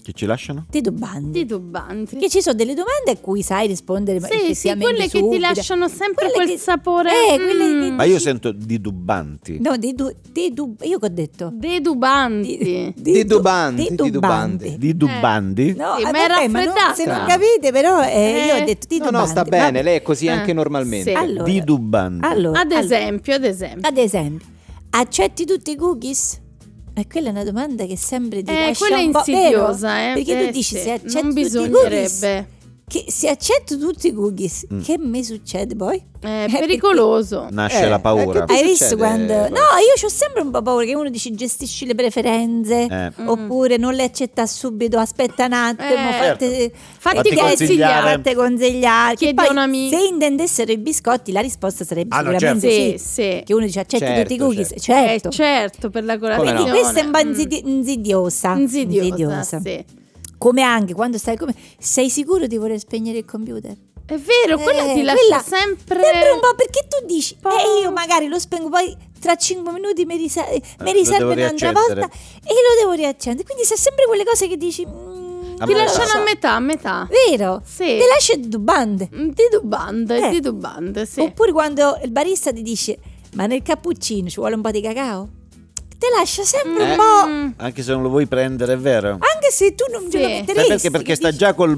S5: Che ci lasciano?
S2: Di Dubandi.
S4: titubanti.
S2: Perché ci sono delle domande a cui sai rispondere ma
S4: Sì, sì,
S2: effettivamente
S4: quelle che ti
S2: subito.
S4: lasciano sempre
S2: Quelle
S4: quel
S2: che-
S4: sapore. mm.
S2: Eh, quelle che-
S5: Ma io sento di dubbanti.
S2: No, di du- di du- io che ho detto?
S4: Dedubanti.
S6: Di Dubandi,
S2: Di
S6: di
S2: Dubandi.
S6: Dubandi.
S5: Di dubbanti?
S2: No,
S4: Sì,
S2: eh,
S4: ma era
S2: vabbè, non-
S4: raffreddata.
S2: se non capite però eh, io ho
S4: Eh,
S2: detto di
S6: No, no, sta
S2: Dubandi, ma-
S6: bene, lei è così
S4: Eh,
S6: anche normalmente.
S4: sì.
S2: Allora,
S5: Di dubbanti.
S2: allora,
S4: Ad
S2: allora.
S4: esempio, ad esempio.
S2: Ad esempio, accetti tutti i cookies? E quella è una domanda che sempre ti
S4: Eh,
S2: lascia
S4: quella è
S2: un po',
S4: insidiosa, eh.
S2: vero? Perché
S4: eh,
S2: tu dici
S4: sì,
S2: se accetto
S4: Non
S2: tutti i cookies,
S4: bisognerebbe. Eh,
S2: che se accetto tutti i cookies,
S6: Mm.
S2: che mi succede poi?
S4: È
S2: Eh, *laughs* perché-
S4: Eh, pericoloso.
S5: Nasce
S6: Eh,
S5: la paura.
S6: eh, che-
S2: Hai
S6: succede
S2: visto quando...
S6: poi?
S2: No, io ho sempre un po' paura che uno dice gestisci le preferenze,
S5: Eh.
S2: oppure non le accetta subito, aspetta un attimo,
S4: Mm. Eh.
S2: fatti,
S4: Fatti
S2: fatti
S5: consigliare.
S2: fatti consigliare.
S4: Chiedi
S2: Che poi,
S4: a un amico.
S2: Se intendessero i biscotti, la risposta sarebbe
S5: Ah, no,
S2: sicuramente
S4: Sì,
S2: sì.
S4: sì.
S2: Che uno dice accetti
S6: Certo,
S2: tutti i cookies, certo.
S6: certo.
S4: Eh, certo, per la
S6: no?
S4: colazione.
S2: Quindi questa è un po' insidi- insidiosa.
S4: Mm, Insidiosa,
S2: Insidiosa.
S4: sì.
S2: Come anche quando stai come... Sei sicuro di voler spegnere il computer?
S4: È vero, quella
S2: Eh,
S4: ti lascia
S2: quella-
S4: sempre...
S2: Sempre un po' perché tu dici,
S4: po'-
S2: e io magari lo spengo poi tra 5 minuti mi, risa- eh, mi
S5: lo
S2: riservo
S5: devo
S2: un'altra
S5: riaccendere.
S2: volta e lo devo riaccendere. Quindi sono sempre quelle cose che dici... mm,
S5: A
S4: Ti
S5: me-
S4: lasciano a metà, a metà.
S2: Vero?
S4: Sì.
S2: Ti lascia dubande.
S4: Mm, Titubante,
S2: Eh.
S4: titubante, sì.
S2: Oppure quando il barista ti dice, ma nel cappuccino ci vuole un po' di cacao? Ti lascia sempre un
S6: Eh.
S2: po'...
S4: Mm.
S5: Anche se non lo vuoi prendere, è vero.
S2: Anche se tu non ce
S4: Sì.
S2: lo
S4: Sai
S5: Sai
S2: metteresti.
S5: perché? Perché sta
S2: capisci?
S5: già col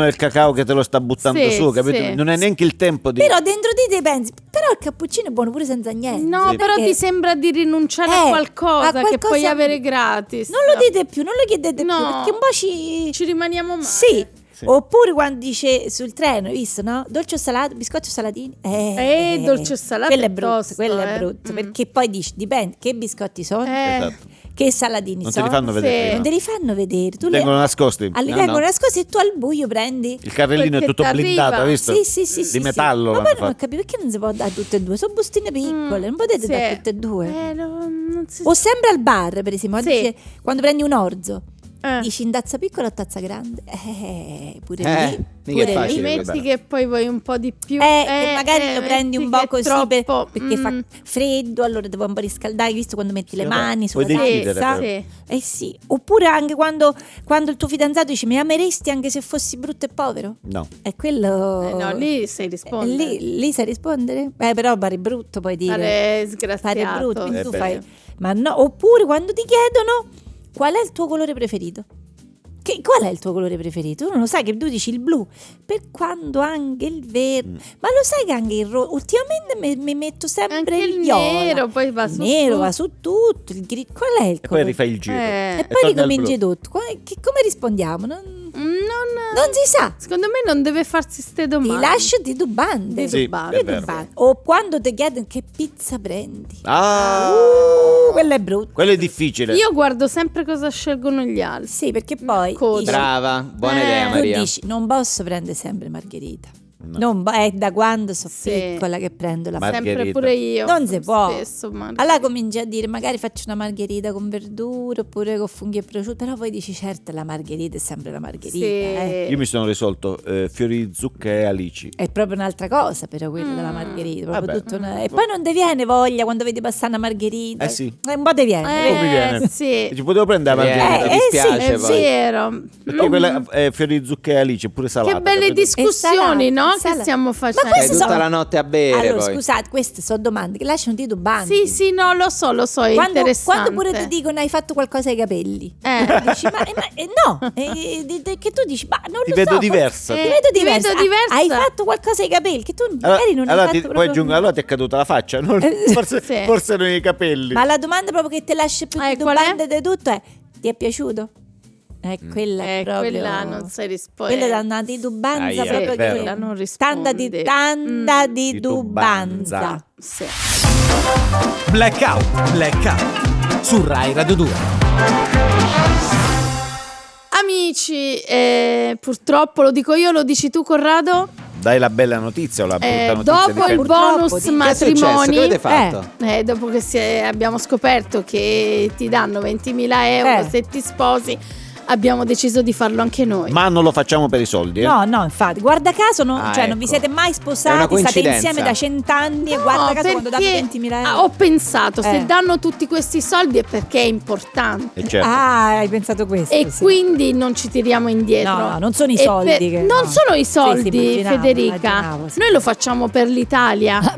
S2: *laughs*
S5: del cacao che te lo sta buttando
S4: Sì,
S5: su, capito?
S4: sì.
S5: Non è neanche il tempo di.
S2: Però dentro di te pensi, però il cappuccino è buono pure senza niente.
S4: No,
S5: Sì.
S4: però
S2: Eh, Perché-
S4: ti sembra di rinunciare
S2: Eh,
S4: a,
S2: a
S4: qualcosa che
S2: qualcosa-
S4: puoi avere gratis.
S2: Non lo dite più, non lo chiedete
S4: No.
S2: più, perché un po' ci...
S4: Ci rimaniamo male.
S2: Sì.
S5: Sì.
S2: Oppure quando dice sul treno, hai visto, no? Dolce o salato, biscotti o salatini? Eh,
S4: Eh, dolce o salato
S2: Quello
S4: è
S2: è brutto,
S4: tosto,
S2: quello
S4: eh.
S2: è brutto,
S4: Mm.
S2: perché poi dici, dipende che biscotti sono,
S4: Eh,
S5: Esatto.
S2: che salatini
S5: Non te
S2: sono.
S5: li fanno vedere.
S4: Sì.
S5: prima.
S2: Non te li fanno vedere. Tu
S5: Vengono
S2: le...
S5: nascosti.
S2: Ah, li
S5: No,
S2: vengono
S5: no.
S2: nascosti e tu al buio prendi.
S5: Il carrellino è
S4: Perché
S5: tutto
S4: t'arriva.
S5: blindato, hai visto?
S2: Sì, sì, sì.
S5: Di
S2: sì, sì. Ma
S5: metallo.
S2: poi
S5: l'hanno
S2: non ho
S5: fatto.
S2: capito perché non si può dare tutte e due. Sono bustine piccole, non potete
S4: Mm, sì.
S2: dare tutte e due.
S4: Eh, no, non si
S2: O sempre al bar, per esempio, quando,
S4: Sì.
S2: dice- quando prendi un orzo,
S4: Eh.
S2: dici in tazza piccola o tazza grande? Eh, pure
S6: Eh,
S2: lì. pure
S6: mica è
S2: lì.
S6: facile.
S4: metti
S6: guarda.
S4: Ah, che poi vuoi un po' di più.
S2: Eh, che magari
S4: eh,
S2: lo prendi un
S4: metti
S2: po'
S4: che è
S2: così per-
S4: troppo,
S2: perché
S4: mm,
S2: fa freddo, allora devo un po' riscaldare, hai visto quando metti le
S5: Sì, vabbè,
S2: mani sulla
S5: puoi decidere,
S2: tazza?
S5: però.
S4: Sì.
S2: Eh sì, oppure anche quando, quando il tuo fidanzato dice mi ameresti anche se fossi brutto e povero?
S5: No.
S2: E quello...
S4: Eh, no, lì sai rispondere.
S2: Eh, Lì, lì sai rispondere? Eh, però pare brutto poi dire.
S4: Fare
S2: Pare
S4: sgraziato.
S2: brutto, quindi
S5: Eh,
S2: tu
S5: beh.
S2: fai. Ma no, oppure quando ti chiedono qual è il tuo colore preferito. Che, qual è il tuo colore preferito? Tu non lo sai che tu dici il blu, per quando anche il verde.
S5: Mm.
S2: Ma lo sai che anche il rosso. Ultimamente mi, mi metto sempre
S4: Anche il
S2: viola.
S4: nero, poi va
S2: Il
S4: su
S2: nero
S4: tutto.
S2: va su tutto. Il gri- qual è il
S5: E poi
S2: colore?
S5: rifai il giro.
S4: Eh.
S2: e
S5: e torna
S2: poi
S5: al
S2: ricominci
S5: blu.
S2: tutto. Come, che- come rispondiamo? Non,
S4: Mm, Non,
S2: non si sa.
S4: Secondo me non deve farsi ste domande.
S2: Ti lascio di dubande.
S4: Di
S5: Sì,
S4: dubante.
S5: è vero.
S2: Ba- O quando ti chiedono che pizza prendi.
S5: Ah,
S2: Uh, quella è brutta.
S5: quello è difficile.
S4: Io guardo sempre cosa scelgono gli altri.
S2: Sì, perché poi
S4: Coda.
S2: dici-
S6: Brava, buona
S4: Eh,
S6: idea
S2: tu
S6: Maria.
S2: dici non posso prendere sempre margherita. Non po- è da quando sono
S4: Sì.
S2: piccola che prendo la
S5: Ma-
S2: margherita.
S4: Sempre
S5: Margherita.
S4: pure io.
S2: Non si può.
S4: Spesso, Marco.
S2: Allora cominci a dire magari faccio una margherita con verdure oppure con funghi e prosciutto, però poi dici certo la margherita è sempre la margherita.
S4: Sì.
S2: eh.
S5: Io mi sono risolto eh, fiori di zucca e alici.
S2: È proprio un'altra cosa però quella della
S4: Mm.
S2: margherita. proprio
S5: Vabbè.
S2: tutta una- E poi non ti viene voglia quando vedi passare una margherita.
S5: Eh sì.
S2: Eh, Un po' ti viene.
S5: Oh, mi viene.
S4: Eh, sì.
S5: Ci potevo prendere la
S6: Eh,
S5: margherita.
S2: eh,
S6: mi dispiace
S4: È
S6: poi.
S4: vero.
S5: Perché quella eh, fiori di zucca e alice, pure salata.
S4: Che belle
S5: capito?
S4: discussioni,
S2: E salata.
S4: no? no? Che
S2: sala.
S4: stiamo facendo?
S2: Ma
S6: Stai
S2: queste
S6: tutta
S2: sono-
S6: la notte a bere
S2: Allora,
S6: poi.
S2: scusate, queste sono domande che lasciano dei dubbanti.
S4: Sì, sì, no, lo so, lo so, è
S2: Quando,
S4: interessante.
S2: quando pure ti dicono hai fatto qualcosa ai capelli,
S4: Eh.
S2: dici, ma, eh, ma- eh, no, eh, eh, di- di- che tu dici, ma non
S5: Ti
S2: lo
S5: vedo
S2: so,
S5: diversa.
S2: Ti
S4: Eh,
S2: vedo
S4: ti
S2: diversa.
S4: vedo diversa.
S2: Ah, Hai fatto qualcosa ai capelli che tu
S5: Allora,
S2: magari non
S5: allora
S2: hai
S5: ti,
S2: fatto
S5: poi
S2: proprio-
S5: aggiungo, allora ti è caduta la faccia, no?
S2: Eh,
S5: forse,
S4: sì.
S5: forse nei capelli.
S2: Ma la domanda proprio che ti lascia più
S4: Eh,
S2: di
S4: qual è?
S2: domande di tutto è: ti è piaciuto? Eh,
S5: Mm.
S2: quella è
S4: Eh,
S2: proprio...
S4: quella non eh, sai rispondere.
S2: Quella da una titubanza
S5: Aia,
S2: proprio
S5: è vero.
S2: che
S4: Quella non risponde.
S2: tanda di tanda
S4: Mm.
S2: di
S5: Titubanza.
S2: tubanza.
S4: Sì.
S1: Blackout, blackout su Rai Radio 2.
S4: Amici, eh, purtroppo lo dico io, lo dici tu Corrado?
S5: Dai la bella notizia o la brutta
S4: Eh,
S5: notizia?
S4: dopo il
S5: dipende.
S2: Purtroppo,
S4: bonus
S2: sì.
S6: Che è successo? Che
S4: matrimoni,
S6: avete fatto?
S4: eh, dopo che si è- abbiamo scoperto che ti danno 20.000 euro
S2: Eh.
S4: se ti sposi, abbiamo deciso di farlo anche noi.
S5: Ma non lo facciamo per i soldi, eh?
S2: No, no, infatti, guarda caso, non,
S6: Ah,
S2: cioè, non
S6: ecco.
S2: vi siete mai
S6: È una
S2: sposati, state
S6: coincidenza.
S2: insieme da cent'anni e
S4: No,
S2: guarda caso quando danno
S4: perché
S2: 20.000 euro.
S4: ah, Ho pensato,
S2: Eh.
S4: se danno tutti questi soldi è perché è importante.
S5: E certo.
S2: Ah, hai pensato questo. *laughs*
S4: E
S2: sì.
S4: quindi non ci tiriamo indietro.
S2: No, no, non sono i
S4: E per-
S2: soldi che-
S4: non
S2: no.
S4: sono
S2: Sì,
S4: i
S2: sì,
S4: soldi,
S2: immaginavo,
S4: Federica.
S2: immaginavo, sì. Ah,
S4: Noi lo facciamo per l'Italia.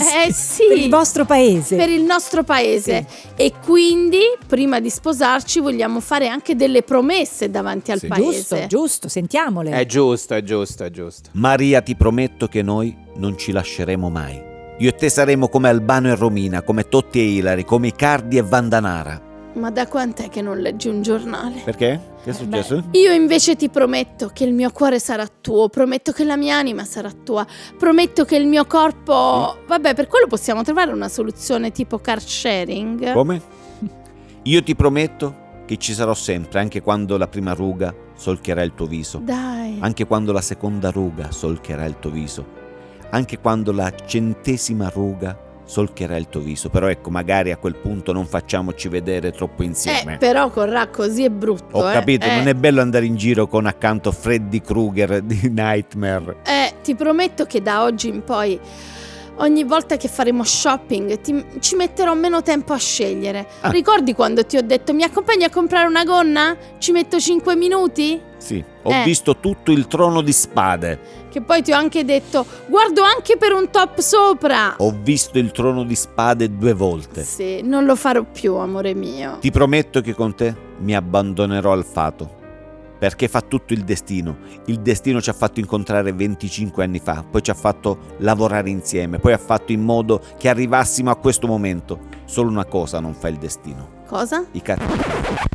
S4: Eh sì.
S2: Per il vostro paese.
S4: per il nostro paese e quindi prima di sposarci vogliamo fare anche delle promesse davanti al
S5: Sì.
S4: paese.
S2: Giusto, giusto, sentiamole.
S6: È giusto, è giusto, è giusto.
S5: Maria, ti prometto che noi non ci lasceremo mai. Io e te saremo come Albano e Romina, come Totti e Ilari, come Icardi e Vandanara.
S4: Ma da quant'è che non leggi un giornale?
S5: Perché?
S4: Eh,
S5: Che è successo?
S4: Io invece ti prometto che il mio cuore sarà tuo, prometto che la mia anima sarà tua, prometto che il mio corpo...
S5: Mm.
S4: Vabbè, per quello possiamo trovare una soluzione tipo car sharing. *laughs*
S5: Come? Io ti prometto che ci sarò sempre, anche quando la prima ruga solcherà il tuo viso,
S4: Dai.
S5: anche quando la seconda ruga solcherà il tuo viso, anche quando la centesima ruga solcherà il tuo viso. Però ecco, magari a quel punto non facciamoci vedere troppo insieme.
S4: Eh, però corrà così è brutto.
S5: Ho
S4: eh.
S5: capito,
S4: Eh,
S5: non è bello andare in giro con accanto Freddy Krueger di *laughs* Nightmare.
S4: Eh, ti prometto che da oggi in poi, ogni volta che faremo shopping, ti- ci metterò meno tempo a scegliere.
S5: Ah.
S4: Ricordi quando ti ho detto mi accompagni a comprare una gonna? Ci metto 5 minuti?
S5: Sì, ho
S4: Eh.
S5: visto tutto il trono di spade.
S4: Che poi ti ho anche detto guardo anche per un top sopra.
S5: Ho visto il trono di spade due volte.
S4: Sì, non lo farò più, amore mio.
S5: Ti prometto che con te mi abbandonerò al fato. Perché fa tutto il destino. Il destino ci ha fatto incontrare 25 anni fa, poi ci ha fatto lavorare insieme, poi ha fatto in modo che arrivassimo a questo momento. Solo una cosa non fa il destino.
S4: Cosa?
S5: I car-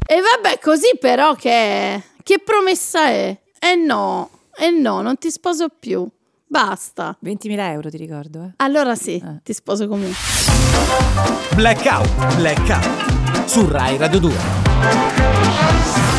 S4: E vabbè, così però che... Che promessa è? Eh no, eh no, non ti sposo più. Basta.
S2: 20.000 euro, ti ricordo. Eh.
S4: Allora sì,
S2: Eh.
S4: ti sposo comunque.
S1: Blackout, blackout su Rai Radio 2.